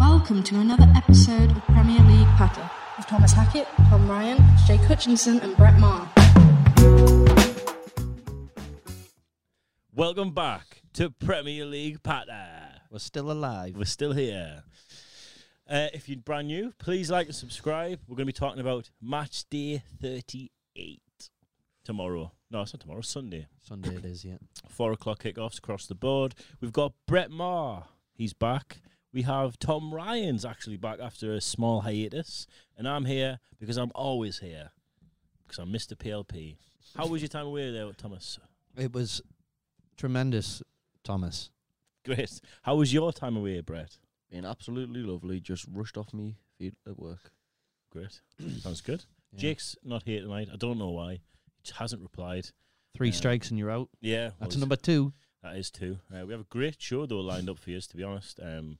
welcome to another episode of Premier League Patter with Thomas Hackett, Tom Ryan, Jake Hutchinson, and Brett Maher. Welcome back to Premier League Patter. We're still alive. We're still here. Uh, if you're brand new, please like and subscribe. We're going to be talking about match day 38 tomorrow. No, it's not tomorrow, Sunday. Sunday it is, yeah. Four o'clock kickoffs across the board. We've got Brett Maher. He's back. We have Tom Ryan's actually back after a small hiatus. And I'm here because I'm always here because I'm Mr. PLP. How was your time away there, Thomas? It was tremendous, Thomas. Great. How was your time away, Brett? Been absolutely lovely. Just rushed off me feet at work. Great. Sounds good. Yeah. Jake's not here tonight. I don't know why. He just hasn't replied. Three Yeah. strikes and you're out. Yeah, That's well, number two. That is too. Uh, we have a great show though lined up for you, to be honest. Um,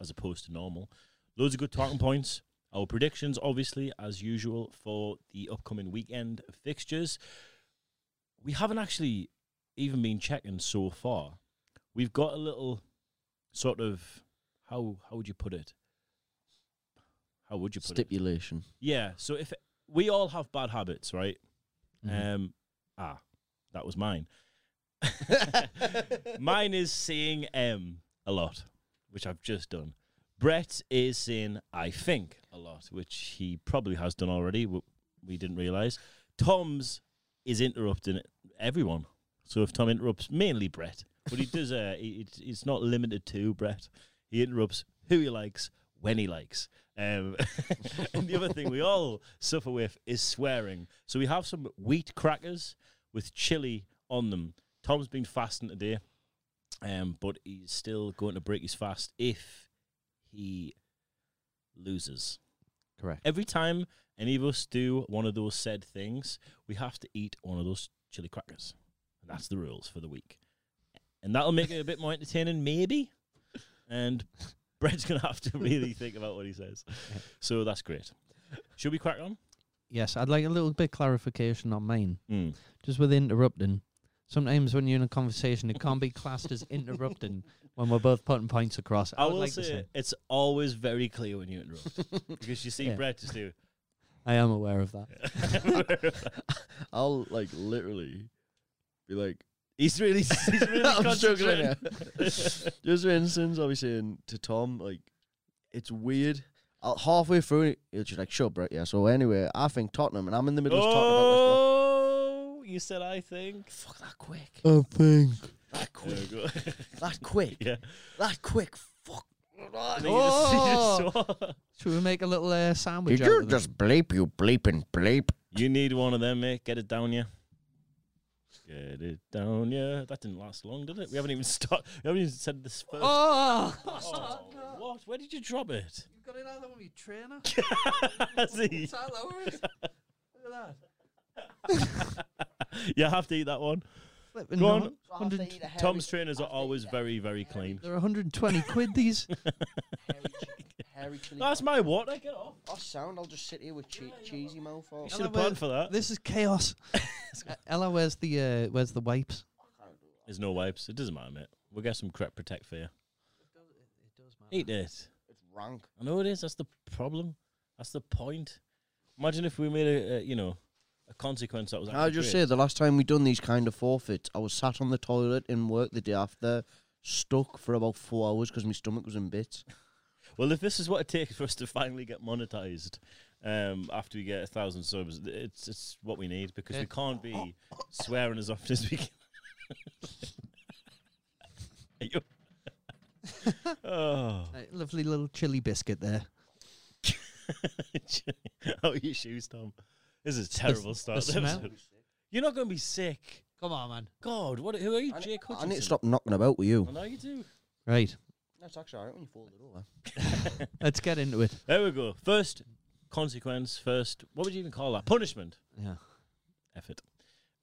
as opposed to normal, loads of good talking points. Our predictions, obviously, as usual, for the upcoming weekend fixtures. We haven't actually even been checking so far. We've got a little sort of how how would you put it? How would you put it? Stipulation. Yeah. So if we all have bad habits, right? Mhm. Um, ah, that was mine. mine is saying M a lot, which I've just done. Brett is saying I think a lot, which he probably has done already. w- We didn't realize. Tom's is interrupting everyone. So if Tom interrupts, mainly Brett, but he does. Uh, he- it's it's not limited to Brett. He interrupts who he likes when he likes. Um, and the other thing we all suffer with is swearing. So we have some wheat crackers with chili on them. Tom's been fasting today, um, but he's still going to break his fast if he loses. Correct. Every time any of us do one of those said things, we have to eat one of those chili crackers. And that's the rules for the week. And that'll make it a bit more entertaining, maybe. And Brett's going to have to really think about what he says. So that's great. Should we crack on? Yes, I'd like a little bit clarification on mine. Just with interrupting. Sometimes when you're in a conversation, it can't be classed as interrupting when we're both putting points across. I, would will like to say say it's always very clear when you interrupt because you see Yeah. Brett just do. I am aware of that. I'll like literally be like, he's really, he's really I'm concentrating. struggling just for instance, I'll be saying to Tom, like, it's weird. I'll, halfway through it, he'll just like, sure, Brett, yeah. So anyway, I think Tottenham, and I'm in the middle of talking about West Brom. oh, you said I think. Fuck that quick. I think. That There we quick. go. That quick. yeah. That quick. Fuck. Oh! And then you just- you, just saw- Should we make a little uh, sandwich? Did out you of them? just bleep, you bleeping bleep? You need one of them, mate. Get it down, yeah. Get it down, yeah. That didn't last long, did it? We haven't even started. We haven't even said this first. Oh! Oh, what? Where did you drop it? You've got it out of your trainer. See? that lower it? Look at you have to eat that one. that. Go on. Hundred Tom's trainers are always very, very clean. They're 120 quid these. Hairy chili. That's my water. Get off. I'll sound. I'll just sit here with che- cheesy mouth. Or You should have planned for that. This is chaos. Uh, Ella, where's the uh, where's the wipes? There's no wipes. It doesn't matter, mate. We'll get some crep protect for you. Eat this. it's rank. I know it is. That's the problem. That's the point. Imagine if we made a, a you know, a consequence that was. I actually just great. say the last time we done these kind of forfeits, I was sat on the toilet in work the day after, stuck for about four hours because my stomach was in bits. Well, if this is what it takes for us to finally get monetized, um, after we get a thousand subs, th- it's it's what we need because Yeah. we can't be swearing as often as we can. Are you- oh, Uh, lovely little chili biscuit there. how are your shoes, Tom? This is a terrible start. to the smell. episode. You're not going to be sick. Come on, man. God, what? Who are you, I, Jake I Hutchinson? need to stop knocking about I with you. know you do. Right, That's actually alright when you fold it over. let's get into it. There we go. First consequence. First, what would you even call that? Punishment. Yeah. Effort.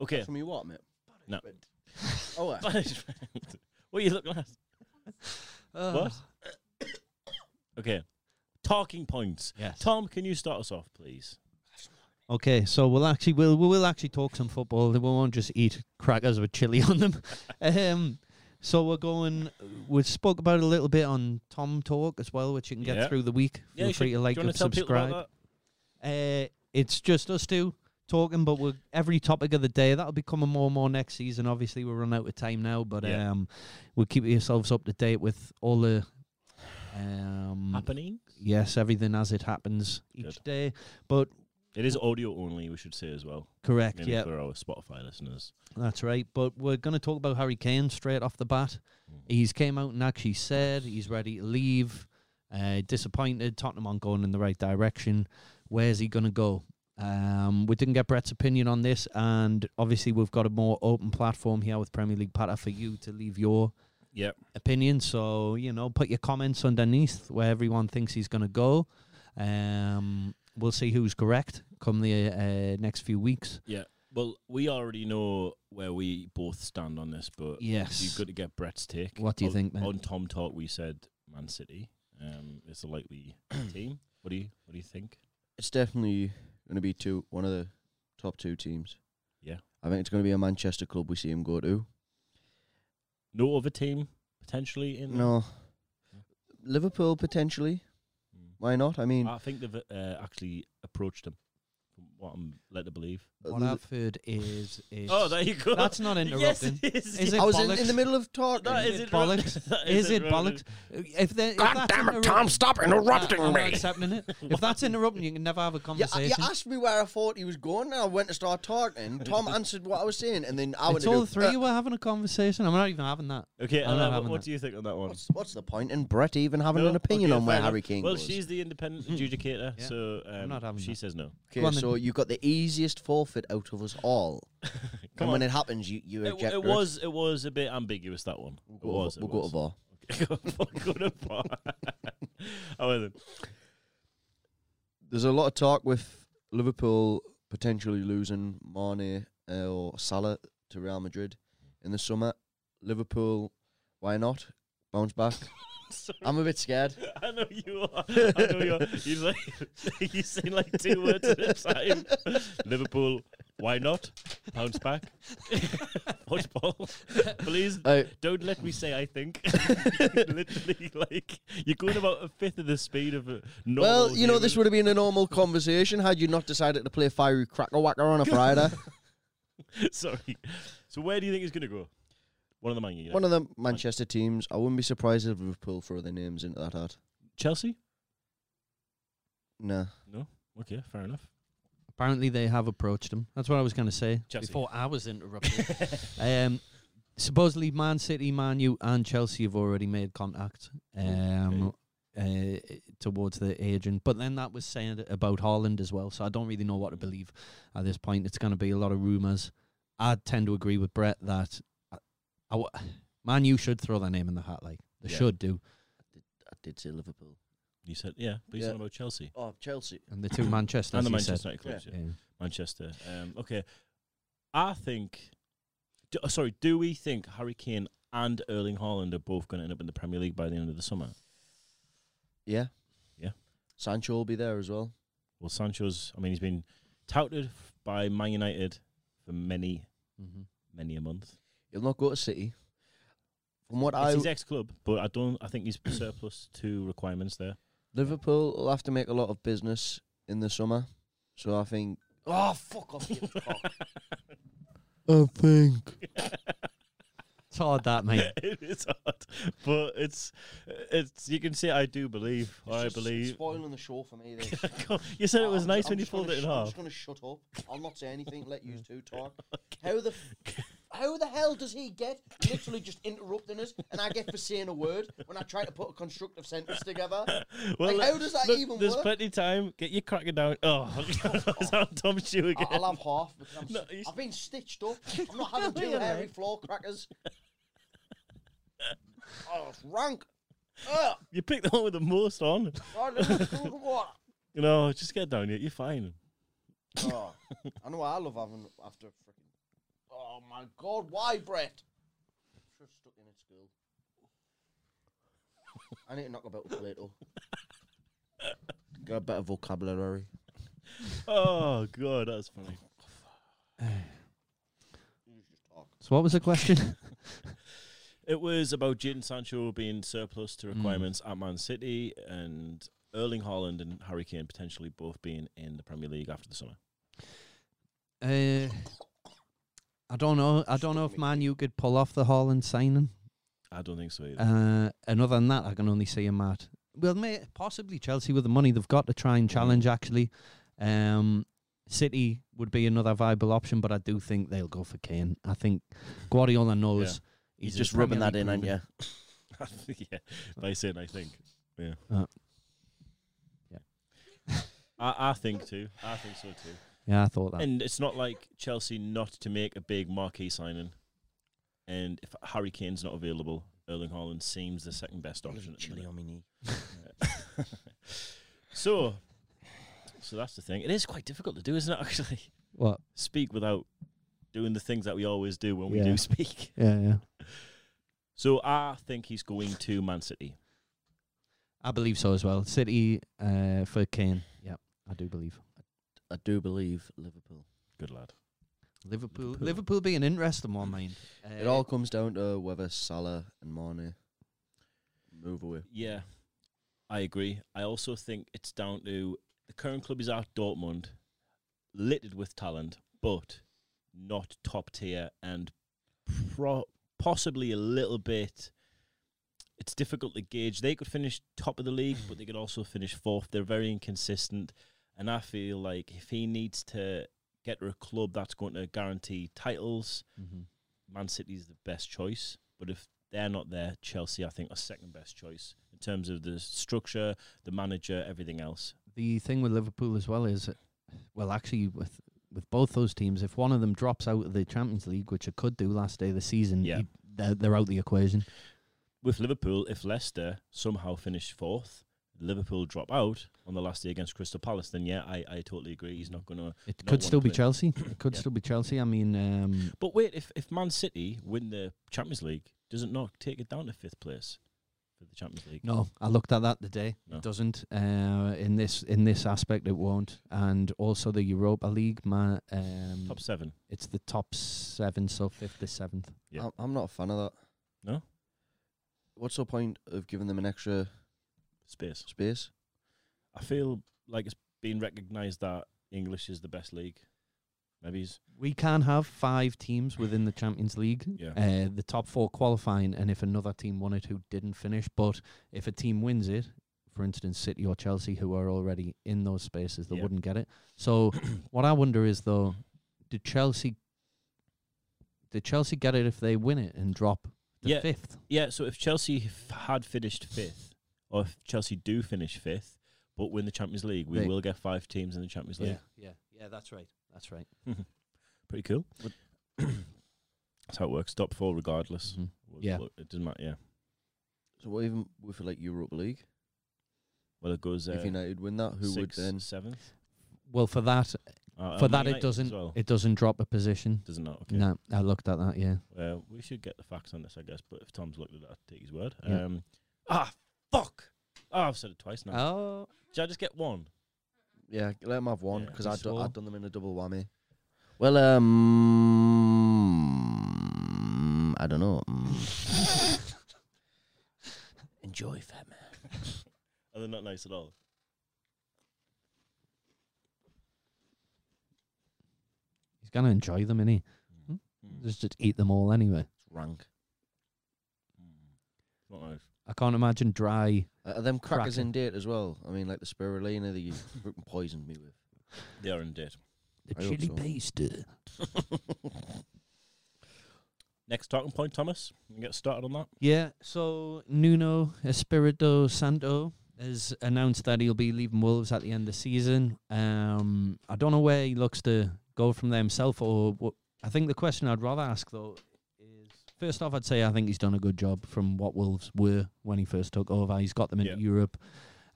Okay. From you what, mate? No. Oh, uh, Punishment. what are you looking at? Uh, What? Okay. Talking points. Yes. Tom, can you start us off, please? Okay, so we'll actually we'll we will actually talk some football. We won't just eat crackers with chili on them. um, So we're going. We spoke about it a little bit on Tom Talk as well, which you can get Yeah. through the week. Yeah, Feel you free should- to like do you wanna and tell people about subscribe. Uh, it's just us two talking, but we're every topic of the day that'll be coming more and more next season. Obviously, we're running out of time now, but Yeah. um, we'll keep yourselves up to date with all the that? um, Happening. yes, everything as it happens each Good. day. But It is audio only. We should say as well. correct, Maybe yeah, for our Spotify listeners. that's right. But we're going to talk about Harry Kane straight off the bat. He's came out and actually said he's ready to leave. Uh, disappointed, Tottenham aren't going in the right direction. Where's he going to go? Um, we didn't get Brett's opinion on this, and obviously we've got a more open platform here with Premier League Patter for you to leave your Yep. opinion. So you know, put your comments underneath where everyone thinks he's going to go. Um, we'll see who's correct come the uh, next few weeks. Well, we already know where we both stand on this, but Yes. you've got to get Brett's take. What do you On- think, mate? On Tom Talk, we said Man City um, is the likely team. What do you What do you think? It's definitely going to be two one of the top two teams. Yeah. I think it's going to be a Manchester club we see him go to. No other team potentially in. No. Liverpool potentially. Mm. Why not? I mean, I think they've uh, actually approached him. From what I'm led to believe. What I've heard is, is Oh, there you go. that's not yes, interrupting. it is. Is it I was in, in bollocks? the middle of talking. That is it it bollocks? Is it bollocks? If they, if God that's damn it, interrupt- Tom, stop interrupting I'm not me. accepting it. If that's interrupting, you can never have a You, you conversation. asked me where I thought he was going, and I went to start talking. Tom answered what I was saying, and then I went it's to all do, three "Uh, of you were having a conversation. I'm not even having that. Okay, I'm not Anna, what, having what that. do you think on that one? What's, what's the point in Brett even having No? an opinion Okay, on where fair Harry enough. Kane Well, goes? she's the independent adjudicator, Yeah. so um, not having she that. says no. Okay, Go on then. so you've got the easiest forfeit out of us all. Come and when on. it happens, you, you It, reject w- it was it was a bit ambiguous that one. We'll it go, was. to, it we'll was. go Go to to bar. oh, then. There's a lot of talk with Liverpool potentially losing Mane uh, or Salah to Real Madrid in the summer. Liverpool, why not? Bounce back. Sorry, I'm a bit scared. I know you are. I know you are. He's like, he's saying like two words at a time. Liverpool, why not? Bounce back. Watch ball. Please Uh, don't let me say I think. Literally, like, you're going about a fifth of the speed of a normal. well, you know, this human. would have been a normal conversation had you not decided to play Fiery Cracker Whacker on a Friday. Sorry. So, where do you think he's going to go? One of the Man United. One of the Manchester teams. I wouldn't be surprised if Liverpool throw their names into that hat. Chelsea? Nah. Okay, fair enough. Apparently, they have approached him. That's what I was going to say Chelsea. before I was interrupted. um, supposedly, Man City, Man U, and Chelsea have already made contact um, uh, towards the agent. But then that was saying about Haaland as well. So I don't really know what to believe at this point. It's going to be a lot of rumours. I tend to agree with Brett that I, I w- Man U should throw their name in the hat. Like they Yeah. should do, I did say Liverpool. You said, yeah, but you Yeah. said about Chelsea. Oh, Chelsea. and the two Manchester. and the as you said. Manchester United clubs, yeah. Yeah. Manchester. Um, okay. I think. Do, oh, sorry, do we think Harry Kane and Erling Haaland are both going to end up in the Premier League by the end of the summer? Yeah. Yeah. Sancho will be there as well. Well, Sancho's, I mean, he's been touted by Man United for many, Mhm. many a month. He'll not go to City. From what It's I his ex club, but I don't. I think he's surplus to requirements there. Liverpool will have to make a lot of business in the summer. So I think Oh, fuck off. I think It's hard that mate. it is hard, but it's it's. You can say I do believe. I believe. spoiling the show for me this. God, you said it was I'm- nice I'm when you just gonna pulled it in sh- I'm half. just gonna shut up. I'll not say anything, let you two talk. How the f- how the hell does he get literally just interrupting us and I get for saying a word when I try to put a constructive sentence together? Well, Like, how does that look, even There's work? plenty of time. Get your cracker down. Oh, that's how Tom Shoe I- again. I'll have half because I'm, No, s- you- I've been stitched up. I'm not having two hairy floor crackers. oh, it's rank. Ugh. You picked the one with the most on. Oh, look, look, look, what? You know, just get down here. You're fine. Oh, I know what I love having after freaking. Oh my god, why Brett? Just stuck in at school. I need to knock about with Plato. Got a better vocabulary. Oh god, that's funny. You just talk. So what was the question? It was about Jadon Sancho being surplus to requirements at Man City and Erling Haaland and Harry Kane potentially both being in the Premier League after the summer. Uh, I don't know. I don't know if Man U could pull off the Haaland signing. I don't think so either. Uh, and other than that, I can only see him at well, may, possibly Chelsea with the money they've got to try Mm. and challenge. Actually, um, City would be another viable option, but I do think they'll go for Kane. I think Guardiola knows He's he's a just rubbing Premier that in, League aren't proven- you? yeah, by saying I think. Yeah. Uh, yeah. I, I think too. I think so too. Yeah, I thought that. And it's not like Chelsea not to make a big marquee signing. And if Harry Kane's not available, Erling Haaland seems the second best option. at the Chili minute. on my knee. so, so that's the thing. It is quite difficult to do, isn't it? Actually, what? speak without doing the things that we always do when we Yeah. do speak. Yeah, yeah. So I think he's going to Man City. I believe so as well. City uh, for Kane. Yeah, I do believe. I do believe Liverpool. Good lad. Liverpool. Liverpool. Liverpool, be an interesting one, mind. Uh, It all comes down to whether Salah and Mane move away. Yeah, I agree. I also think it's down to the current club is at Dortmund, littered with talent, but not top tier and pro- possibly a little bit. It's difficult to gauge. They could finish top of the league, but they could also finish fourth. They're very inconsistent, and I feel like if he needs to get to a club that's going to guarantee titles, Mhm. Man City's the best choice, but if they're not there, Chelsea, I think, are second best choice in terms of the structure, the manager, everything else. the thing with Liverpool as well is, well, actually with with both those teams, if one of them drops out of the Champions League, which it could do last day of the season, Yeah. you- they're, they're out the equation. With Liverpool, if Leicester somehow finish fourth, Liverpool drop out on the last day against Crystal Palace, then yeah, I, I totally agree. He's not going to. It Not could one still be clear. Chelsea. It could Yeah. still be Chelsea. I mean, um, But wait, if, if Man City win the Champions League, does it not take it down to fifth place for the Champions League? no, I looked at that today. No. It doesn't. Uh, in this in this aspect, it won't. And also the Europa League, ma um, Top seven. it's the top seven, so fifth to seventh. Yeah. I'm- I'm not a fan of that. No? What's the point of giving them an extra Space. space? I feel like it's been recognised that English is the best league. Maybe he's. We can have five teams within the Champions League. Yeah. Uh, the top four qualifying, and if another team won it who didn't finish, but if a team wins it, for instance, City or Chelsea, who are already in those spaces, they Yeah. wouldn't get it. So, what I wonder is though, did Chelsea, did Chelsea get it if they win it and drop to Yeah. fifth? Yeah, so if Chelsea f- had finished fifth, or if Chelsea do finish fifth, but win the Champions League, we They- will get five teams in the Champions League. yeah, yeah. That's right. That's right. Pretty cool. That's how it works. Top four, regardless. Mhm. Well, Yeah. well, It doesn't matter. Yeah. So what even with like Europa League? Well, it goes. Uh, if United win that, who would sixth, then? seventh? Well, for that, Uh, for um, that, United it as doesn't, well. it doesn't drop a position. Doesn't it? Okay. No, I looked at that. Yeah. Uh, we should get the facts on this, I guess. But if Tom's looked at it, I'd take his word. Yeah. Um, ah, fuck. Oh, I've said it twice now. Oh. Did I just get one? Yeah, let them have one Yeah. because You I'd, do- swore. I'd done them in a double whammy. Well, um, I don't know. Mm. Enjoy, fat man. Are they not nice at all? He's gonna enjoy them, innit? Hmm. Just just eat them all anyway. rank. Not nice. I can't imagine dry. Uh, are them crackers Cracking. in date as well? I mean, like the spirulina that you fucking poisoned me with. They are indeed. The I hope chili so. paste. Next talking point, Thomas. You can get started on that. Yeah. So Nuno Espirito Santo has announced that he'll be leaving Wolves at the end of the season. Um, I don't know where he looks to go from there himself, or what. I think the question I'd rather ask though is first off, I'd say I think he's done a good job from what Wolves were when he first took over. He's got them into Yeah. Europe.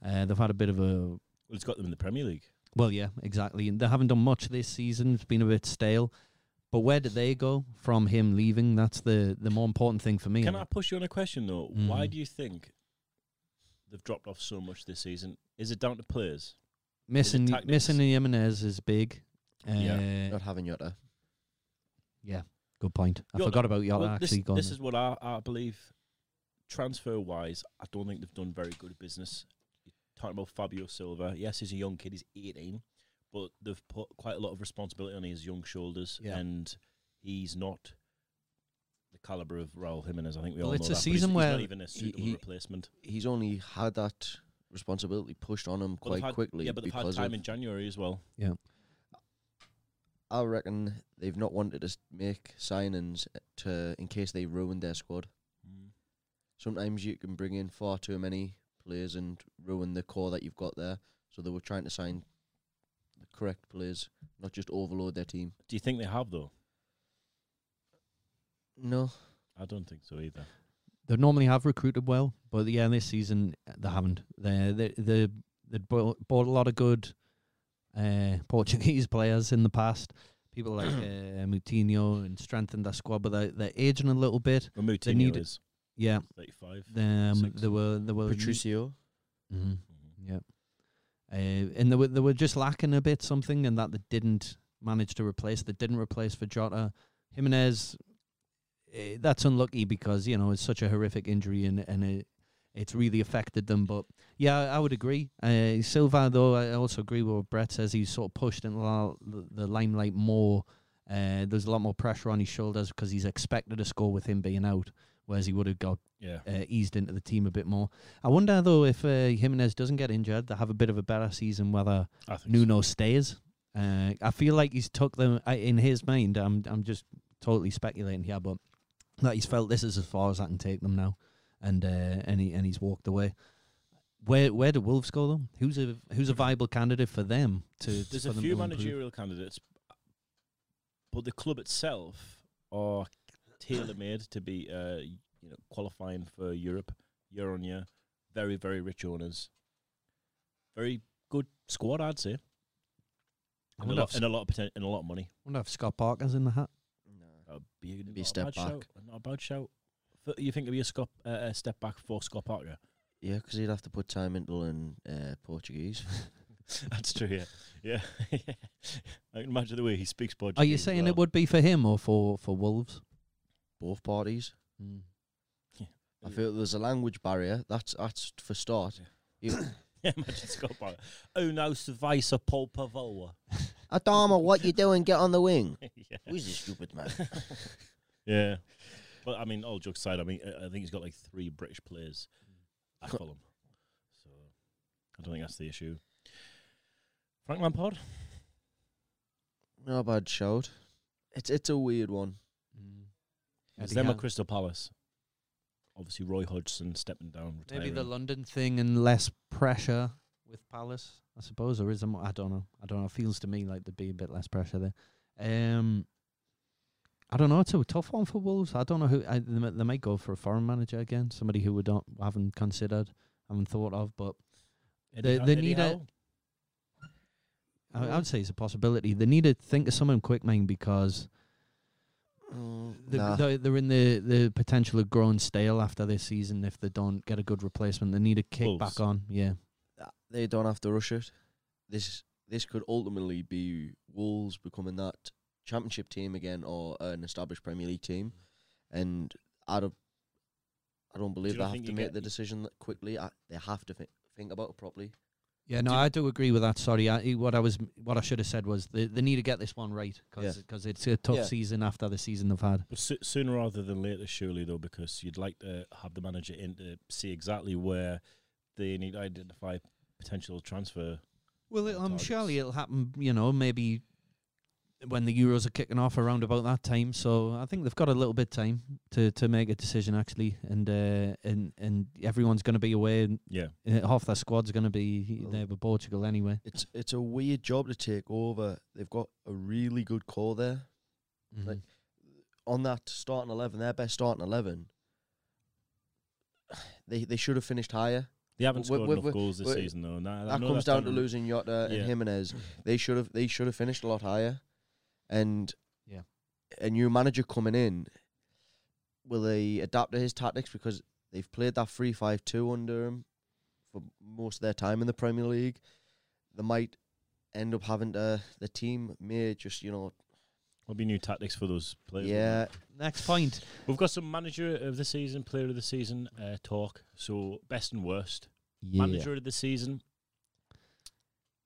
Uh, they've had a bit of a Well, it's got them in the Premier League. Well, yeah, exactly. And they haven't done much this season. It's been a bit stale. But where did they go from him leaving? That's the, the more important thing for me. Can I push you on a question though? Why Mm. do you think they've dropped off so much this season? Is it down to players? missing tactics? missing Jimenez is big. Uh, Yeah. yeah. Not having Yotta. Good point. I Yorta. forgot about Yorta Well, this, actually gone. this is what I, I believe. Transfer wise, I don't think they've done very good business. You're talking about Fabio Silva, yes, he's a young kid, he's 18, but they've put quite a lot of responsibility on his young shoulders, Yeah. and he's not the caliber of Raul Jimenez. I think we Well, all it's know a that. but he's- season he's, where not even a suitable he- replacement. He's only had that responsibility pushed on But him they've quite had- quickly. yeah, but they've had because time of- in January as well. I reckon they've not wanted to s- make signings to in case they ruin their squad. Sometimes you can bring in far too many players and ruin the core that you've got there. So they were trying to sign the correct players, not just overload their team. Do you think they have though? No, I don't think so either. they normally have recruited well, but yeah, this season uh, they haven't. They they they they bought, bought a lot of good uh, Portuguese players in the past. People like uh, Moutinho and strengthened their squad, but they they're aging a little bit. Well, Moutinho need- is Yeah, 35. um, Six. they were they were Patricio. Mhm. Mhm. Uh, and they were they were just lacking a bit something, and that they didn't manage to replace. They didn't replace for Jota, Jimenez. Uh, that's unlucky because you know it's such a horrific injury, and and it, it's really affected them. But yeah, I would agree. Uh, Silva, though, I also agree with what Brett says. He's sort of pushed in the, the limelight more. Uh, there's a lot more pressure on his shoulders because he's expected to score with him being out, whereas he would have got Yeah. uh, eased into the team a bit more. I wonder though if uh, Jimenez doesn't get injured, they have a bit of a better season. Whether I think so. Nuno stays, uh, I feel like he's took them I, in his mind. I'm I'm just totally speculating here, but that he's felt this is as far as I can take them now, and uh, and he and he's walked away. Where where do Wolves go though? Who's a who's a viable candidate for them to? There's for a them few to improve? managerial candidates, but the club itself are tailor made to be, uh, you know, qualifying for Europe year on year. Very, very rich owners. Very good squad, I'd say. And I a wonder lot, if, and a lot of poten- and a lot of money. wonder if Scott Parker's in the hat. That would be, not a step bad back. Shout, not a bad shout. F- You think it'd be a, scop, uh, a step back for Scott Parker? Yeah, because he'd have to put time into learn uh, Portuguese. That's true. Yeah, yeah. I can imagine the way he speaks Portuguese. Are you as saying well. it would be for him or for for Wolves? Both parties. Mm. I Mm. feel there's a language barrier. That's that's for start. Yeah, imagine Scott Parker. Oh no, Savisa Paul Pavola. Adama, what you doing? Get on the wing. yeah. Who's this stupid man? yeah. But I mean, all jokes aside, I mean, I- I think he's got like three British players at Co- Fulham. So I don't think that's the issue. Frank Lampard? Not a bad shout. It's it's a weird one. Hmm. It's Eddie them at Howe. Crystal Palace. Obviously, Roy Hodgson stepping down, retiring. Maybe the London thing and less pressure with Palace, I suppose, or is there more? I don't know. I don't know. It feels to me like there'd be a bit less pressure there. Um, I don't know. It's a tough one for Wolves. I don't know who I, they, mi- they might go for a foreign manager again, somebody who we don't haven't considered, haven't thought of. But Eddie they- Howe- they Eddie need a- Howe? I, I would say it's a possibility. They need to think of someone quick, man, because Mm, the, nah. they're, they're in the, the potential of growing stale after this season if they don't get a good replacement. They need a kick Wolves. back on. Yeah. they don't have to rush it. This this could ultimately be Wolves becoming that championship team again or an established Premier League team. And I don't, I don't believe you they not have think to you make get- the decision that quickly. I, they have to thi- think about it properly. Yeah, no, Do- I do agree with that. Sorry, I, what I was, what I should have said was they, they need to get this one right because Yeah. it's a tough Yeah. season after the season they've had. But so- sooner rather than later, surely, though, because you'd like to have the manager in to see exactly where they need to identify potential transfer. Well, it- um, Targets. surely it'll happen. You know, maybe when the Euros are kicking off around about that time. So I think they've got a little bit time to, to make a decision actually, and uh, and and everyone's going to be away. And Yeah. uh, half their squad's going to be Well- there with Portugal anyway. It's it's a weird job to take over. They've got a really good core there. Like, Mhm. on that starting eleven, their best starting eleven. They they should have finished higher. They haven't Well, scored well, enough well, goals this well, season, though. And I- I That know comes that's down to done- losing Yota Yeah. and Jimenez. They should have they should have finished a lot higher, and Yeah. a new manager coming in. Will they adapt to his tactics because they've played that three five two under him for most of their time in the Premier League? They might end up having to the team may just you know There'll be new tactics for those players. won't Yeah, Next point. there? We've got some manager of the season, player of the season uh, talk. So best and worst. Yeah. Manager of the season.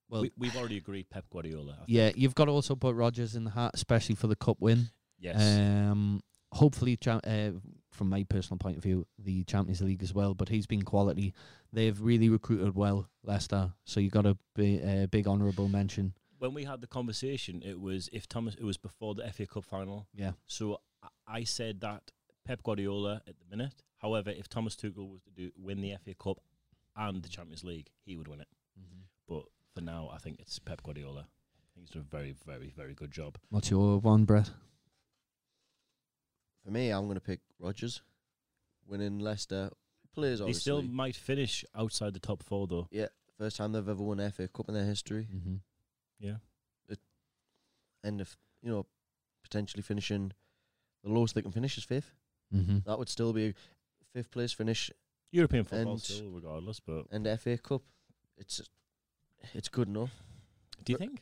Well, we, we've already agreed Pep Guardiola. I think. yeah, you've got to also put Rogers in the hat, especially for the cup win. Yes. Uh, Um, hopefully, cha- uh, from my personal point of view, the Champions League as well. But he's been quality. They've really recruited well, Leicester. So you got a bi- uh, big honourable mention. when we had the conversation, it was if Thomas. It was before the FA Cup final. Yeah. So I- I said that Pep Guardiola at the minute. However, if Thomas Tuchel was to do win the FA Cup and the Champions League, he would win it. Mm-hmm. But for now, I think it's Pep Guardiola. I think he's done a very, very, very good job. What's your one, Brett? for me, I'm going to pick Rogers. Winning Leicester players, He obviously. still might finish outside the top four, though. First time they've ever won FA Cup in their history, Mm-hmm. and if you know, potentially finishing the lowest they can finish is fifth. Mm-hmm. That would still be a fifth place finish European football And- still, regardless. But and uh, FA Cup. It's it's good enough. do you think?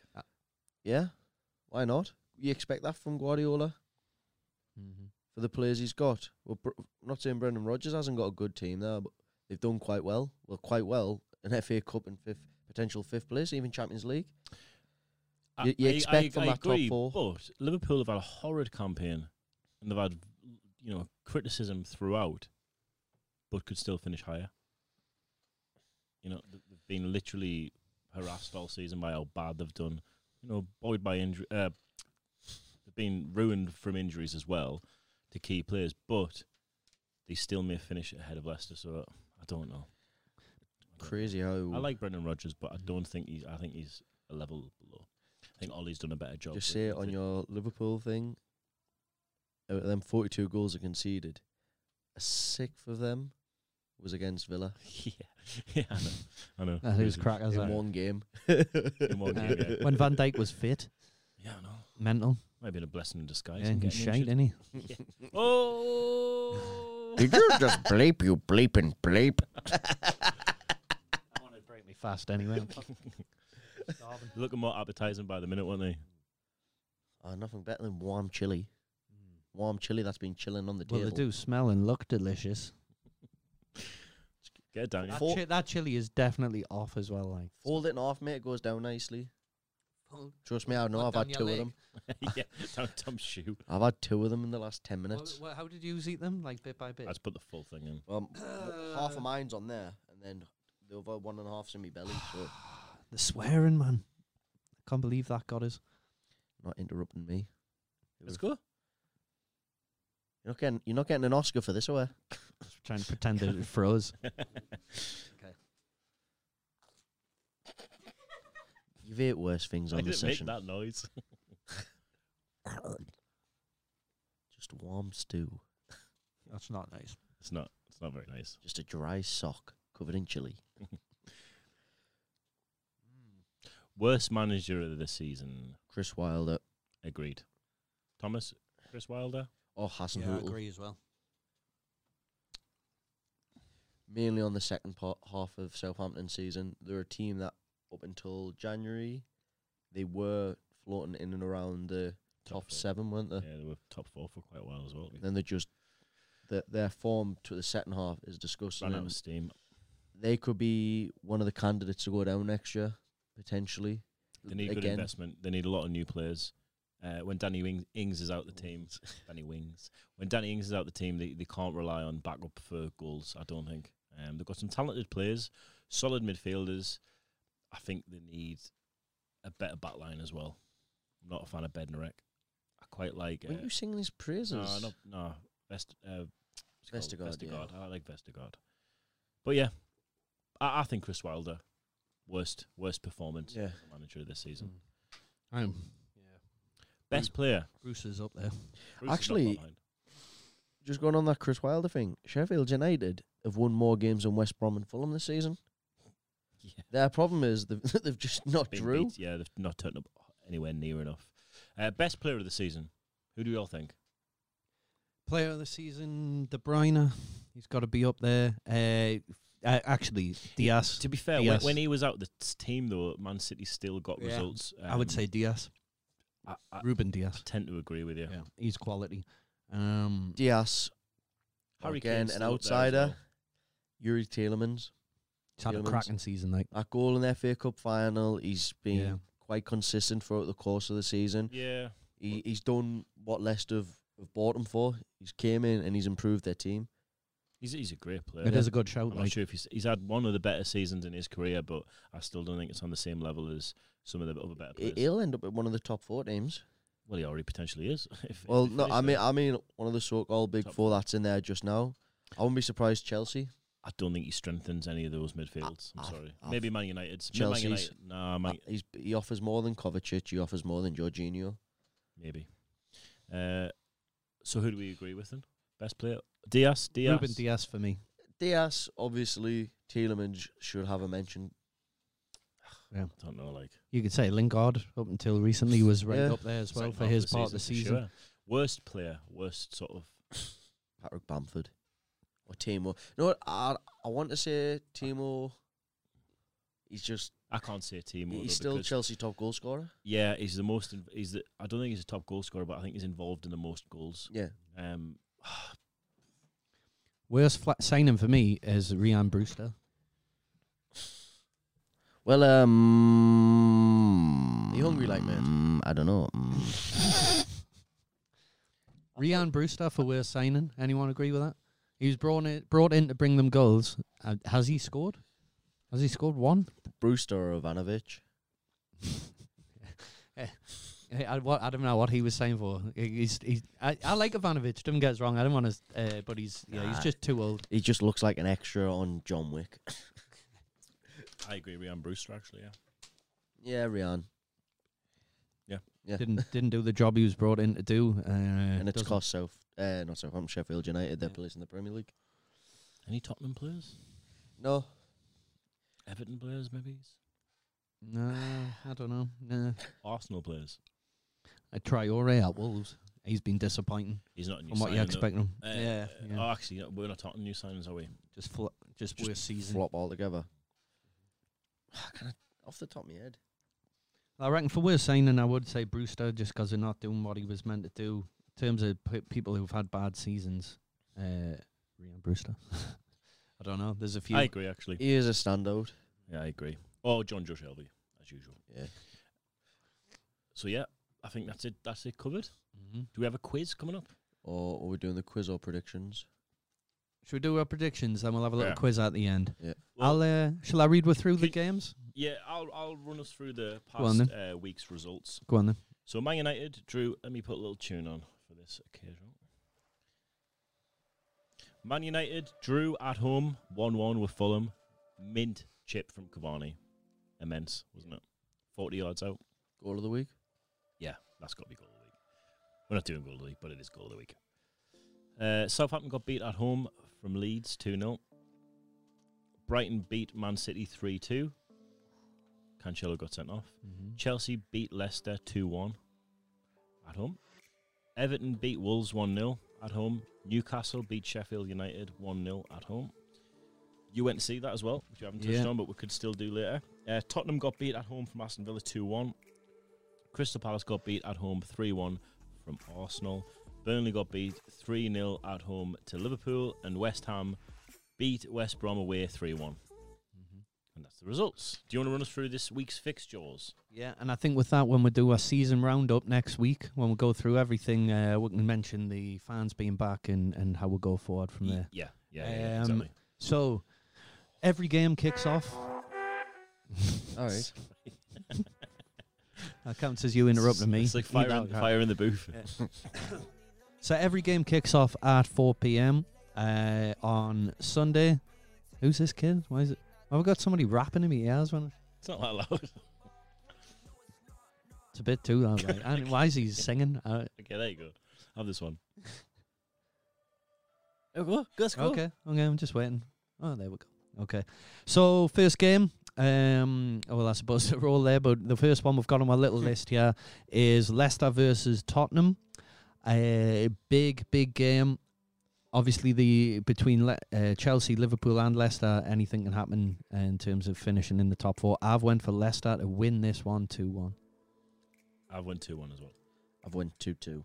Yeah, why not? You expect that from Guardiola Mm-hmm. for the players he's got. Well, Br- I'm not saying Brendan Rodgers hasn't got a good team there, but they've done quite well. Well, quite well. An FA Cup and fifth potential fifth place, even Champions League. I- You- you I- expect I- from I that top agree, four. But Liverpool have had a horrid campaign, and they've had you know criticism throughout, but could still finish higher. You know th- they've been literally harassed all season by how bad they've done. You know, buoyed by injury, uh, they've been ruined from injuries as well to key players, but they still may finish ahead of Leicester. So I don't know. Crazy how I like Brendan Rodgers, but I don't think he's. I think he's a level below. I think Ollie's done a better job. just with say it him. on your Liverpool thing. Out of them 42 goals are conceded. A sixth of them was against Villa yeah, yeah, I know. I know. That is Crazy. crack, as in well. one game. one game, yeah. uh, When Van Dijk was fit, Yeah, I know. mental. Might have been a blessing in disguise. Yeah, him he's getting shite, injured. isn't he? Oh. Did you just bleep, you bleeping bleep? I want to break me fast anyway. Looking more appetizing by the minute, weren't they? Oh, nothing better than warm chili. Warm chili that's been chilling on the well, they table. do smell and look delicious. Get down. That, Four- chi- that chili is definitely off as well. Like Fold it in half, mate. It goes down nicely. Fold- Trust me, I know. What, I've down had your two of leg? them. yeah, down Tom's shoe. I've had two of them in the last 10 minutes. how did you eat them? Like bit by bit. Uh, Let's put the full thing in. Um, Uh, half of mine's on there, and then the other one and a half's in my belly. So the swearing man. I can't believe that got us. not interrupting me. Let's go. You're not getting, you're not getting an Oscar for this, are you? Just trying to pretend that it froze. You've ate worse things I on the didn't make session. that noise. Just warm stew. That's not nice. It's not. It's not very nice. Just a dry sock covered in chili. Worst manager of the season. Chris Wilder Agreed. Thomas, Chris Wilder. or Hasenhutel. as well. mainly on the second part, half of Southampton season. They're a team that up until January, they were floating in and around the four. top seven, weren't Uh. they? Yeah, they were top four for quite a while as well. Then they just the, their form to the second half is disgusting. Ran out and of steam. They could be one of the candidates to go down next year potentially. They need good investment. They need a lot of new players. Uh, when Danny Wings, Ings is out the team, Danny Wings. When Danny Ings is out the team, they, they can't rely on backup for goals. I don't think. Um, they've got some talented players, solid midfielders. I think they need a better back line as well. I'm not a fan of Bednarek. I quite like. Were Uh, you singing his praises? no, no, no. Vest, uh, what's it called? Vestergaard, yeah. Vestergaard. I like Vestergaard. But yeah, I, I think Chris Wilder, worst worst performance Yeah. as a manager of this season. I'm Best player. Bruce is up there. Bruce is not Hmm. Actually- behind. Just going on that Chris Wilder thing, Sheffield United have won more games than West Brom and Fulham this season. Yeah. Their problem is they've, they've just not Been drew. beat, Yeah, they've not turned up anywhere near enough. Uh, best player of the season. Who do you all think? Player of the season, De Bruyne. He's got to be up there. Uh, uh, actually, Diaz. To be fair, when, Diaz. when he was out the t- team, though, Man City still got Yeah. results. I would um, say Diaz. I, I Ruben Diaz. tend to agree with you. Yeah, he's quality. Um, Diaz, Harry again, Kane's an still up there as outsider. Yuri Tielemans. he's had a Tielemans. cracking season, like That goal in the FA Cup final, he's been Yeah. quite consistent throughout the course of the season. well. Yeah. He, he's done what Leicester have, have bought him for. He's came in and he's improved their team. He's, he's a great player. it is a good shout. I'm not Like, sure if he's, he's had one of the better seasons in his career, but I still don't think it's on the same level as some of the other better He- players. He'll end up at one of the top four teams. well, he already potentially is. if- if Well, they no, finish I mean, there. I mean, one of the so-called big Top four that's in there just now. I wouldn't be surprised Chelsea. I don't think he strengthens any of those midfields. I'm I- sorry. I- Maybe Man United. Chelsea's- Man United. Nah, Man, Uh, He's, he offers more than Kovacic. He offers more than Jorginho. maybe. Uh, so who do we agree with then? Best player? Diaz? Diaz? Ruben Diaz for me. Diaz, obviously, Tielemans should have a mention. I don't know, like... You could say Lingard up until recently was right Yeah. up there as Second well half for his part of the for season. sure. Worst player, worst sort of. Patrick Bamford or Timo. No, I I want to say Timo. He's just I can't say team. he's still Chelsea top goal scorer. Yeah, he's the most. inv- He's the. I don't think he's a top goal scorer, but I think he's involved in the most goals. Yeah, Um, Worst flat signing for me is Rian Brewster. Well, um. Are you hungry like me? mm, I don't know. mm. Rian Brewster for worst signing. Anyone agree with that? He was brought in, brought in to bring them goals. Uh, has he scored? Has he scored one? Brewster or Ivanovic. I, I, what, I don't know what he was saying for. He- He's, he's, I, I like Ivanovic. Don't get us wrong. I don't want to, uh, but he's yeah, he's Nah. just too old. He just looks like an extra on John Wick. I agree. Ryan Brewster actually. Yeah. Yeah, Rian, Yeah. Didn't didn't do the job he was brought in to do. Uh, and it's doesn't- cost South, uh, not Southampton, Sheffield United. They're Yeah. placed in the Premier League. Any Tottenham players? No, Everton players, maybe. Nah, I don't know. Nah. Arsenal players. A Traore at Wolves. He's been disappointing He's not a new from what you signing, expect him. though. Uh, yeah, yeah. Oh, actually, no, we're not talking new signings, are we? just fl- just, just worst season. flop altogether. Can I- off the top of my head, I reckon for worst signing, I would say Brewster, just 'cause they're not doing what he was meant to do. In terms of p- people who've had bad seasons, uh, Ryan Brewster. I don't know. There's a few. I agree. Actually. he is a standout. Yeah, I agree. Oh, John Joe Shelby, as usual. Yeah, So yeah, I think that's it. That's it covered. Mhm. Do we have a quiz coming up? or are we doing the quiz or predictions? Should we do our predictions? Then we'll have a little Yeah. quiz at the end. Yeah. I'll. Uh, shall I read with through the Can- games? Yeah, I'll I'll run us through the Go on past uh, week's results. Go on then. So Man United, Drew, let me put a little tune on for this occasion. Man United drew at home 1 1 with Fulham. Mint chip from Cavani. Immense, wasn't it? 40 yards out. Goal of the week. Yeah, that's got to be goal of the week. We're not doing goal of the week, but it is goal of the week. Uh, Southampton got beat at home from Leeds 2 0. Brighton beat Man City 3 2. Cancelo got sent off. Mm-hmm. Chelsea beat Leicester 2 1 at home. Everton beat Wolves 1 0 at home. Newcastle beat Sheffield United 1 0 at home. You went to see that as well, which you haven't touched Yeah. on, but we could still do later. Uh, Tottenham got beat at home from Aston Villa 2 1. Crystal Palace got beat at home 3 1 from Arsenal. Burnley got beat 3 0 at home to Liverpool. And West Ham beat West Brom away 3 1. Mm-hmm. And that's the results. Do you want to run us through this week's fixtures? Yeah, and I think with that, when we do our season roundup next week, when we go through everything, uh, we can mention the fans being back and, and how we'll go forward from Ye- there. Yeah, yeah, yeah, yeah, Um, exactly. So, every game kicks off. All right. That counts as you interrupting me. It's like You fire, know in, that. fire in the booth. So every game kicks off at 4 p.m. Uh, on Sunday. Who's this kid? Why is it? Have I got somebody rapping in my ears? When It's not that loud. it's a bit too loud. Right? And why is he singing? Uh, Okay, there you go. Have this one. Oh, Okay, okay, I'm just waiting. Oh, there we go. Okay, so first game. Um, oh, well, I suppose they're all there, but the first one we've got on my little list here is Leicester versus Tottenham. A big, big game. Obviously, the between Le- uh, Chelsea, Liverpool, and Leicester, anything can happen uh, in terms of finishing in the top four. I've went for Leicester to win this one two one. I've won two one as well. I've won two two.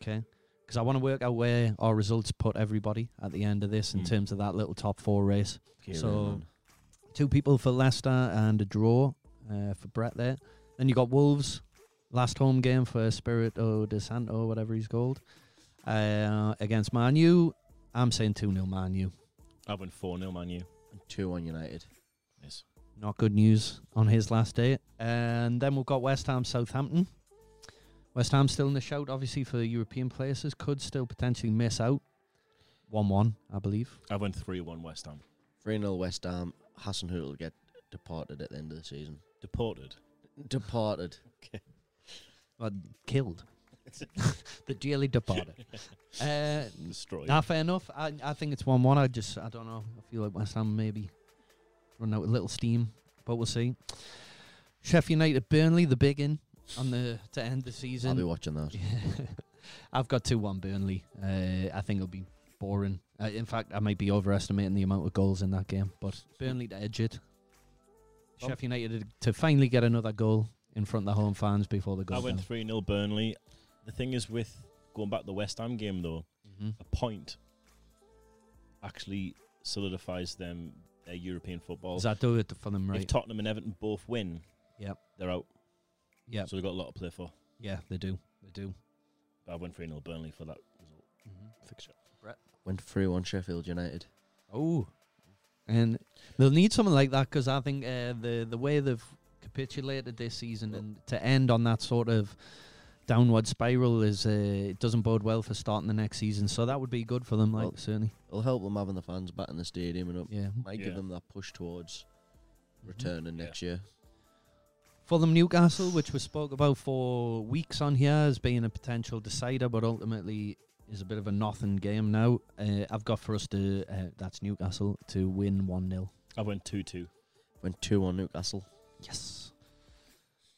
Okay. Because I want to work out where our results put everybody at the end of this in Mm. terms of that little top four race. Kieran, So- man. Two people for Leicester and a draw uh, for Brett there. Then you got Wolves, last home game for Spirito de Santo, whatever he's called, uh, against Manu. I'm saying 2 0 Manu. I've won four 0 man. You And two on United. yes. Not good news on his last day. And then we've got West Ham Southampton. West Ham still in the shout, obviously, for European places. Could still potentially miss out. 1 1, I believe. I've won three one West Ham. Three 0 West Ham. Hassan Hoot will get departed at the end of the season. Deported. Departed. Well, killed. the dearly departed. uh, Destroyed. nah, fair enough. I, I think it's 1 1. I just, I don't know. I feel like West Ham maybe run out a little steam, but we'll see. Sheffield United Burnley, the big in on the to end the season. I'll be watching that. Yeah. I've got 2 1 Burnley. Uh, I think it'll be boring. Uh, in fact, I might be overestimating the amount of goals in that game, but Burnley to edge it. Oh. Bob? Sheffield United to finally get another goal in front of the home fans before the I goal. went three 0 Burnley. The thing is with going back to the West Ham game though, Mm-hmm. a point actually solidifies them their European football. Oh. Does that do it for them, If right? Tottenham and Everton both win, Yep. they're out. Yep. So they've got a lot to play for. yeah, they do. They do. Mm-hmm. I went 3 0 Burnley for that result fixture. Went three one Sheffield United. Oh, and they'll need something like that because I think uh, the the way they've capitulated this season and to end on that sort of downward spiral is uh, it doesn't bode well for starting the next season. So that would be good for them, like Well- certainly. It'll help them having the fans back in the stadium and up. Yeah. Might Yeah. give them that push towards returning next year. Fulham Newcastle, which we spoke about for weeks on here as being a potential decider, but ultimately is a bit of a nothing game now. Uh, I've got for us to uh, that's Newcastle to win one 0 I went 2 2. Went two on Newcastle. Yes.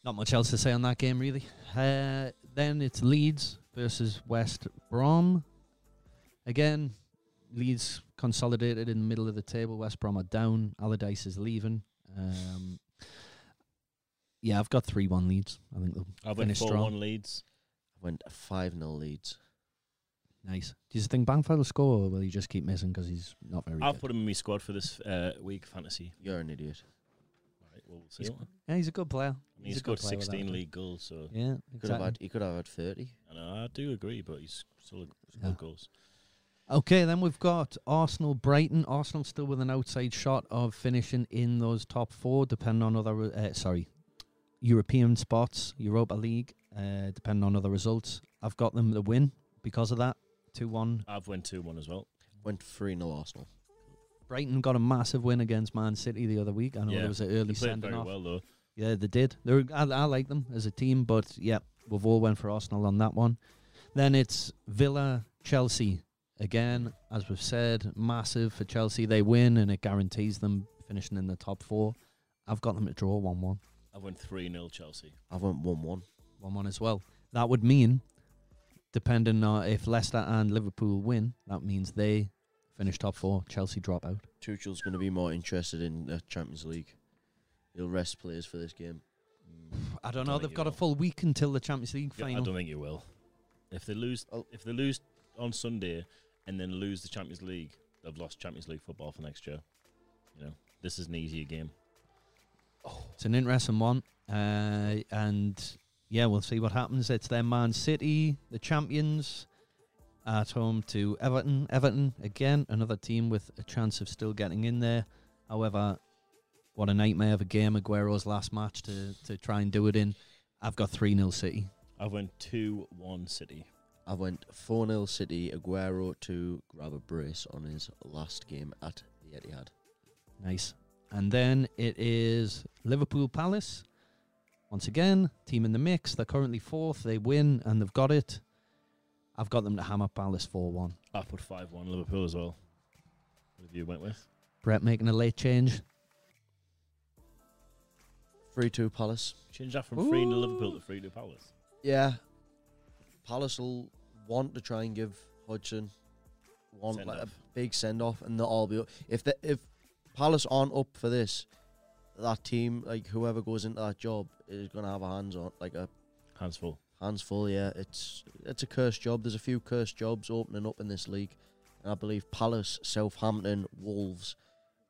Not much else to say on that game, really. Uh, then it's Leeds versus West Brom. Again, Leeds consolidated in the middle of the table. West Brom are down. Allardyce is leaving. Um, yeah, I've got 3 1 Leeds. I think they'll I went Finished 4 strong. 1 Leeds. Went five 0 leads. nice. Do you think Bamford will score or will he just keep missing because he's not very I've good? put him in my squad for this uh, week fantasy. You're an idiot. Right, well, we'll see. He's- what- I yeah, he's a good player. mean, he's a scored good player without 16 a doubt. league goals, so Yeah, He could have exactly. had. He could have had thirty. I, know, I do agree, but he's still a Yeah. good goals. Okay, then we've got Arsenal Brighton. Arsenal still with an outside shot of finishing in those top four, depending on other, uh, sorry, European spots, Europa League, uh, depending on other results. I've got them the win because of that. 2 1. I've went 2 1 as well. Went three 0 Arsenal. Brighton got a massive win against Man City the other week. I know Yeah, there was an early They played sending very off. well, though. Yeah, they did. They're, I, I like them as a team, but yeah, we've all went for Arsenal on that one. Then it's Villa Chelsea again, as we've said, massive for Chelsea. They win and it guarantees them finishing in the top four. I've got them to draw one-one, I went 3 0 Chelsea. I went one one. one-one as well. That would mean, depending on if Leicester and Liverpool win, that means they finish top four. Chelsea drop out. Tuchel's going to be more interested in the Champions League. He'll rest players for this game. I don't know, know. Don't they've They've you got got a a know. full week until the Champions League Yeah, final. I don't think you will. If they lose, Oh. if they lose on Sunday and then lose the Champions League, they've lost Champions League football for next year. You know, this is an easier game. It's an interesting one. Uh, and yeah, we'll see what happens. It's their Man City, the champions, at home to Everton. Everton, again, another team with a chance of still getting in there. However, what a nightmare of a game Aguero's last match to, to try and do it in. I've got 3 0 City. I went 2 1 City. I went 4 0 City, Aguero to grab a brace on his last game at the Etihad. Nice. And then it is Liverpool Palace. Once again, team in the mix. They're currently fourth. They win and they've got it. I've got them to hammer Palace 4 1. I put 5 1 Liverpool as well. What have you went with? Brett making a late change. 3 2 Palace. Change that from 3 0 Ooh. Liverpool to 3 0 Palace. Yeah. Palace will want to try and give Hudson one Send like, a off. big send off, and they'll all be up. If, the, if Palace aren't up for this, that team, like whoever goes into that job, is going to have a hands on, like a Hands full. hands full. Yeah, it's it's a cursed job. There's a few cursed jobs opening up in this league, and I believe Palace, Southampton, Wolves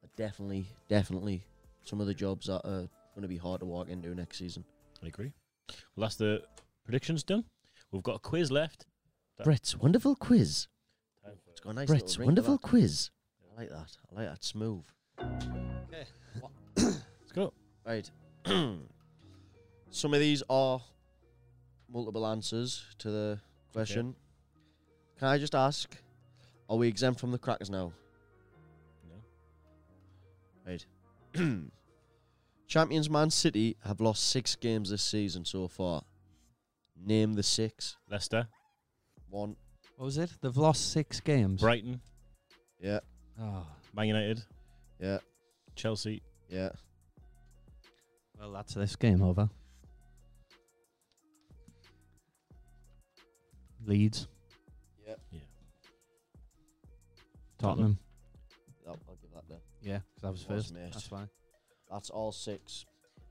are definitely, definitely some of the jobs that are going to be hard to walk into next season. I agree. Well, that's the predictions done. We've got a quiz left. Brett's wonderful quiz. Time for It's got a nice Brett's little ring to wonderful that. quiz. I like that. I like that. Smooth. Let's go. Right. Some of these are multiple answers to the question. Can I just ask, are we exempt from the crackers now? No. Champions Man City have lost six games this season so far. Name the six. Leicester, One. What was it? They've lost six games. Brighton, Yeah, Oh, Man United, yeah, Chelsea. yeah. well, that's this game over. Leeds, Yeah. Tottenham. That- I'll give that there. Yeah, 'cause that was Was first. missed. That's fine. That's all six.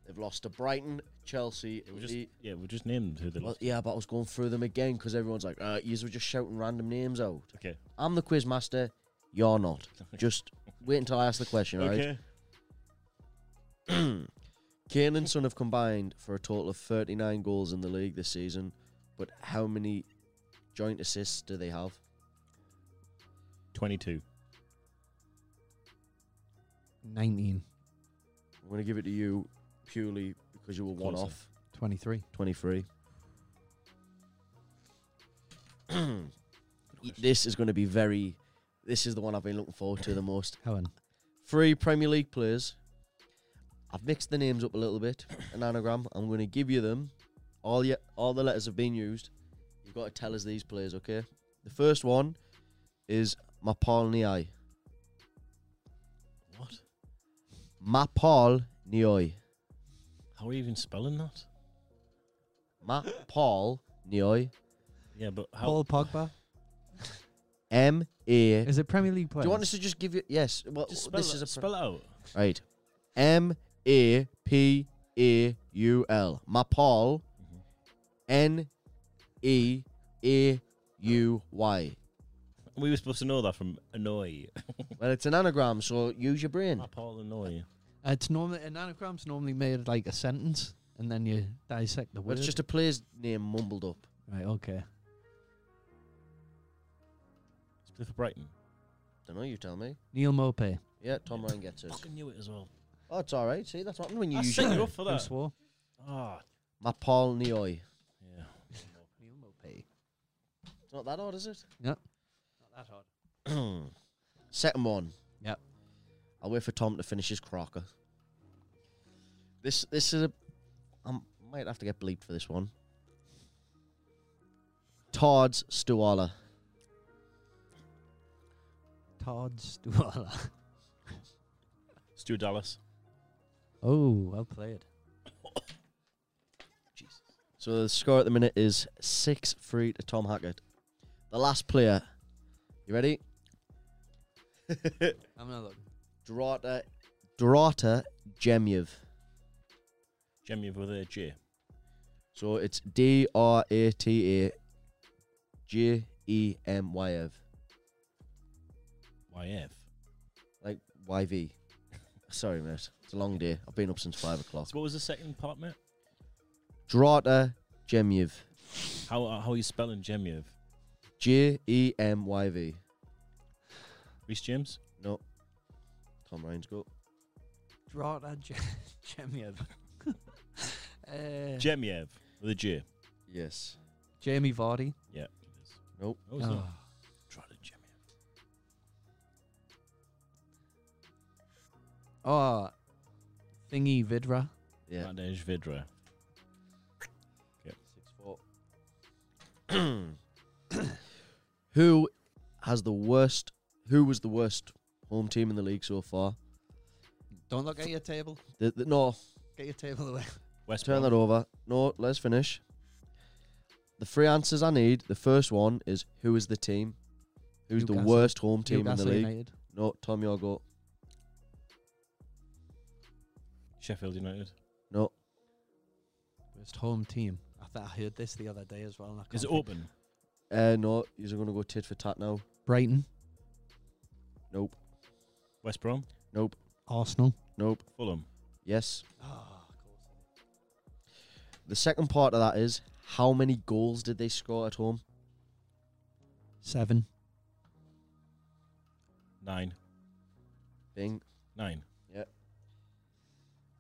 They've lost to Brighton, Chelsea. It was just Le- yeah, we just named who they well, lost. yeah, but I was going through them again because everyone's like, uh, you were just shouting random names out. Okay. I'm the quiz master. You're not. Just wait until I ask the question, all right? okay. Kane and Son have combined for a total of 39 goals in the league this season, but how many joint assists do they have? Twenty-two. 19, I'm going to give it to you purely because you were one Closer. off. 23. 23. this is going to be very. This is the one I've been looking forward to the most. Helen. Three Premier League players. I've mixed the names up a little bit. An anagram. I'm going to give you them. All ye- all the letters have been used. You've got to tell us these players, okay? The first one is Mapal Niai. What? Mapal Nioi. How are you even spelling that? Mapal Nioi. Yeah, but how? Paul Pogba. M A. Do Is it Premier League player? you want us to just give you? Yes. Well, Just spell oh, this it, is a pro- spell it out. Right. M A P A U L. Mapal. N E A U Y. We were supposed to know that from annoy. Well, it's an anagram, so use your brain. Not Paul annoy. Uh, it's normally an anagram's normally made like a sentence, and then you dissect the Well, word. it's just a player's name mumbled up. right. Okay. Split for Brighton. Don't know, you tell me. Neil Mopey. Yeah, Tom Ryan gets it. Fucking knew it as well. Oh, it's all right. See, that's what happened when you I use set your you up for Who that. swore? Ah, Mapal Nioi. yeah. Neil Mopey. It's not that hard, is it? Not that hard. Second one. Yep. I'll wait for Tom to finish his crocker. This this is a I might have to get bleeped for this one. Todd's Stuala. Todd Stuala. Stuart Dallas. Oh, well played. So the score at the minute is six three to Tom Hackett. The last player. You ready? I'm not looking. Dorota Dorota Jemyev. Jemmy with a J. So it's D R A T A J E M Y V. YF. Like Y V. Sorry, mate. It's a long day. I've been up since five o'clock. So what was the second part, mate? Drata Jemyev. How how are you spelling Jemyev? J E M Y V. Reese James? No. Tom Ryan's go. Drata Jemiev. uh, Jemyev with a J. Yes. Jamie Vardy. Nope. Oh, it's not. Oh. Try to Jemyev. Oh, Thingy Vidra. Yeah. Matej Vidra. Six who has the worst? Who was the worst home team in the league so far? Don't look at your table. The, the, no. Get your table away. West Turn Brom. that over. No. Let's finish. The three answers I need. The first one is who is the team? Who's the Newcastle. worst home team in the league? United. No. Tom, your go. Sheffield United. No. Worst home team. I that I heard this the other day as well. and I Is it can't- open? Uh, no, he's going to go tit for tat now. Brighton, Nope. West Brom, Nope. Arsenal. Nope. Fulham. Yes. Oh, The second part of that is how many goals did they score at home? Seven. Nine. Bing. Nine.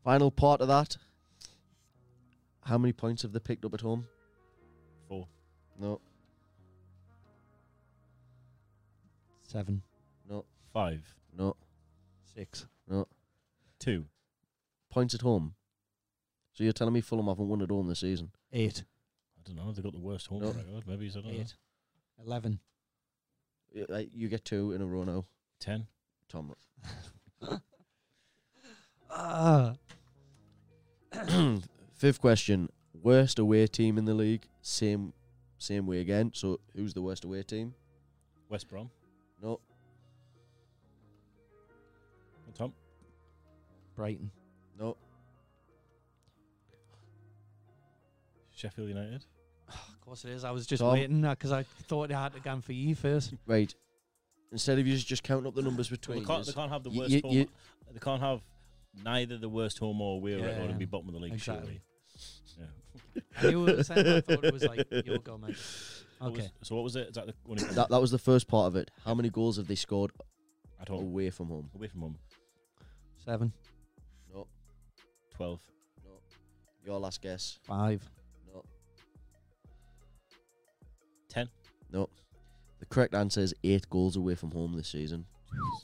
Final part of that. How many points have they picked up at home? Four. No. Seven. No. Five. No. Six. Two. Points at home. So you're telling me Fulham haven't won at home this season? Eight. I don't know. They got the worst home No. record. Maybe he's I don't know. Eight. Eleven. Y- like, You get two in a row now, Ten. Tom. Ah. Fifth question: Worst away team in the league. Same, same way again. So who's the worst away team? West Brom. No. Tom. Brighton. No. Sheffield United. Of course it is. I was just Tom. waiting because I thought I had to go for you first. Right. Instead of you just counting up the numbers Well, between, they, can't, us, they can't have the Y- worst y- home. you- They can't have neither the worst home or away Yeah. record and be bottom of the league. Exactly. surely. I knew what was said, but I thought it was like your comment. What was- Okay. so what was it? Is that the one you- that that was the first part of it. How many goals have they scored at home? away from home? Away from home. Seven. No. Twelve. Your last guess. Five. No. Ten. No. The correct answer is eight goals away from home this season.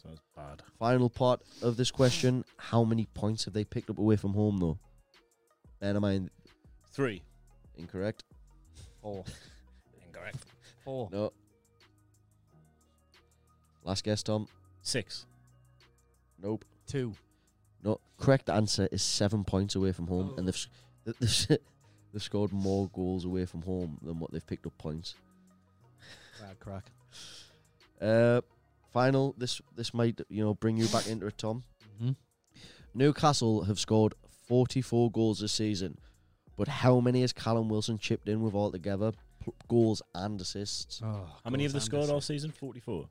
Sounds bad. Final part of this question: How many points have they picked up away from home though? Bear in mind, Three. incorrect. Four. Incorrect. Four. No. Last guess, Tom. Six. Nope. Two. No. Correct answer is seven points away from home, and they've s- th- they've, s- they've scored more goals away from home than what they've picked up points. Bad crack. Uh, final. This this might you know bring you back into it, Tom. hmm Newcastle have scored 44 goals this season, but how many has Callum Wilson chipped in with altogether? P- goals and assists. Oh, How many have goals they and scored all assists. season? Forty-four.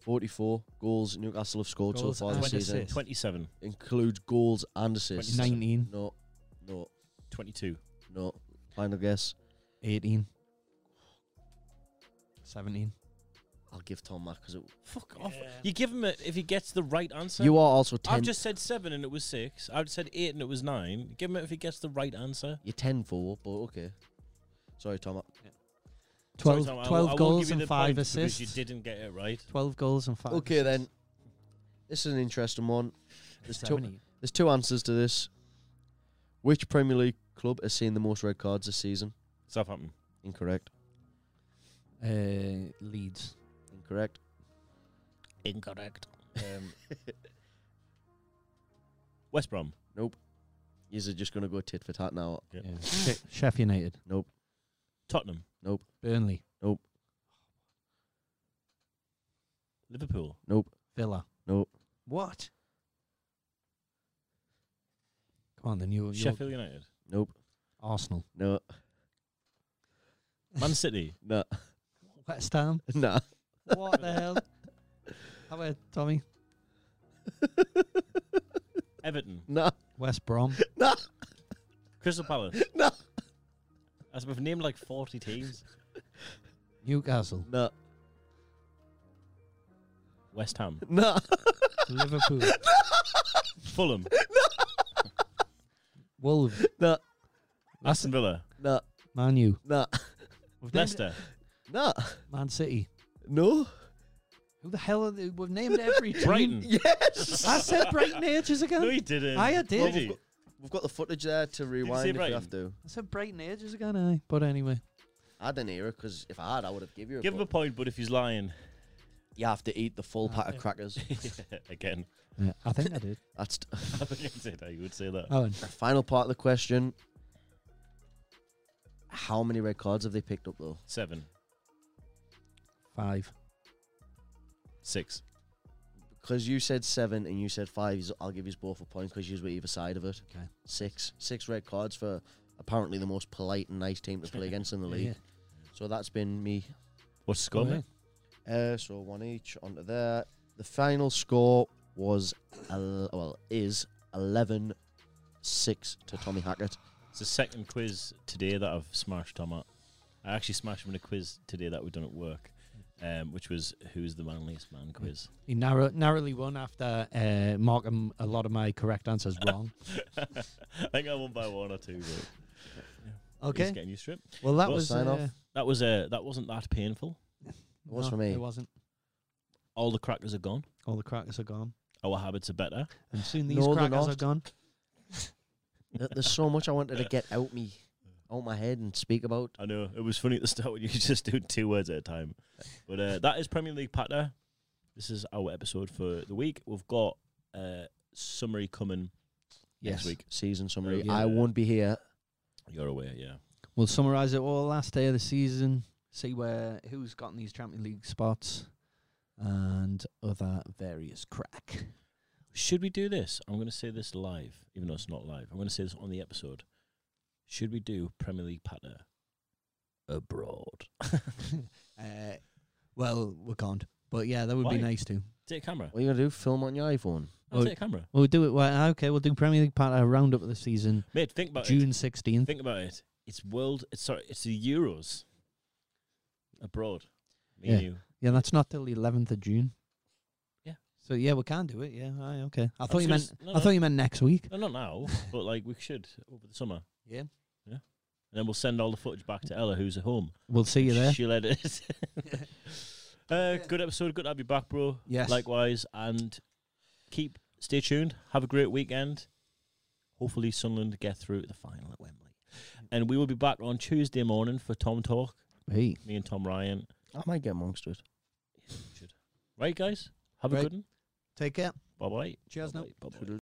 44 goals Newcastle have scored Goals so far and this season. assists. Twenty-seven. Includes goals and assists. 19, No, no, Twenty-two. no. Final guess. 18, 17. I'll give Tom that because Fuck off. You give him it if he gets the right answer. you are also I've 10. just said seven and it was six. I've said eight and it was nine. Give him it if he gets the right answer. You're 10 for, but okay. Sorry, Tom. Sorry, 12, Tom, I- 12 I won't give goals you and the 5 points because assists. You didn't get it right. 12 goals and 5 Okay, then. assists. This is an interesting one. There's two, 70. there's two answers to this. Which Premier League club has seen the most red cards this season? Southampton. Incorrect. Uh, Leeds. Incorrect. Incorrect. Um, West Brom. Is it just going to go tit for tat now? Yep. Yeah. She- Sheffield United. Tottenham. Burnley. Liverpool. Villa. No. What? Come on, then you. Sheffield United. Nope. Arsenal. No. Man City. No. West Ham. Nah. What the hell? How about Tommy? Everton. Nah. West Brom. Crystal Palace. No. As we've named like 40 teams. Newcastle. Nah. West Ham. Nah. Liverpool. Fulham. Wolves. Nah. Aston Villa. Nah. Man U. Nah. We've named Leicester. Nah. it- Man City. No. Who the hell are they? We've named every team. Brighton. I said Brighton ages ago. No, you didn't. I did. Did We've you? got, we've got the footage there to rewind if you Brighton? have to. I said Brighton ages ago, no. But anyway. I didn't hear it because if I had, I would have given you. Give him a but point, but if he's lying. You have to eat the full Ah, pack of yeah. crackers. Again. Yeah, I think I did. That's t- I think I said I would say that. Owen. the final part of the question. How many red cards have they picked up though? Seven. Five. Six. Because you said seven and you said five. yous- I'll give you both a point because you were either side of it. Okay. Six. Six red cards for a apparently the most polite and nice team to play against in the league. Yeah. So that's been me. What's the Oh, score? mate? Uh, so one each onto there. The final score was el- well is 11-6 to Tommy Hackett. It's the second quiz today that I've smashed Tom at. I actually smashed him in a quiz today that we've done at work, um, which was Who's the Manliest Man quiz. He narrow, narrowly won after uh, marking a lot of my correct answers wrong. I think I won by one or two, but he's Okay. getting used to it. Well, that Well, was sign uh, off. That was uh, that wasn't that painful. It was no, for me. It wasn't. All the crackers are gone. All the crackers are gone, Our habits are better. and soon these No, they're crackers are not. gone. There- There's so much I Uh, wanted to get out me, out my head and speak about. I know it was funny at the start when you could just do two words at a time. But uh, that is Premier League Patter. This is our episode for the week. We've got uh, summary coming Yes. next week. Season summary. Yeah. I won't be here. You're aware, yeah. We'll summarise it all last day of the season, see where who's gotten these Champions League spots, and other various crack. Should we do this? I'm going to say this live, even though it's not live. I'm going to say this on the episode. Should we do Premier League Patter abroad? Uh, well, we can't. But yeah, that would Why? be nice too. Take a camera. What are you gonna do? Film on your iPhone? I'll Oh. take a camera. We'll do it. Well, okay, we'll do Premier League part a roundup of the season, Mate, think about June sixteenth. it. Think about it. It's world. It's sorry. It's the Euros abroad. Me Yeah. and you. Yeah, that's not till the eleventh of June. Yeah. So yeah, we can do it. Yeah. Aye, okay. I thought was you gonna meant. s- no, I no. thought you meant next week. No, not now, but like we should over the summer. Yeah. And then we'll send all the footage back to Ella, who's at home. We'll see you there. She'll edit it. uh, Good episode. Good to have you back, bro. Yes. Likewise. And keep, stay tuned. Have a great weekend. Hopefully, Sunderland get through to the final at Wembley. And we will be back on Tuesday morning for Tom Talk. Hey. Me and Tom Ryan. I might get amongst it. Right, guys? Have a Right. good one. Take care. Bye bye. Cheers now. Bye bye.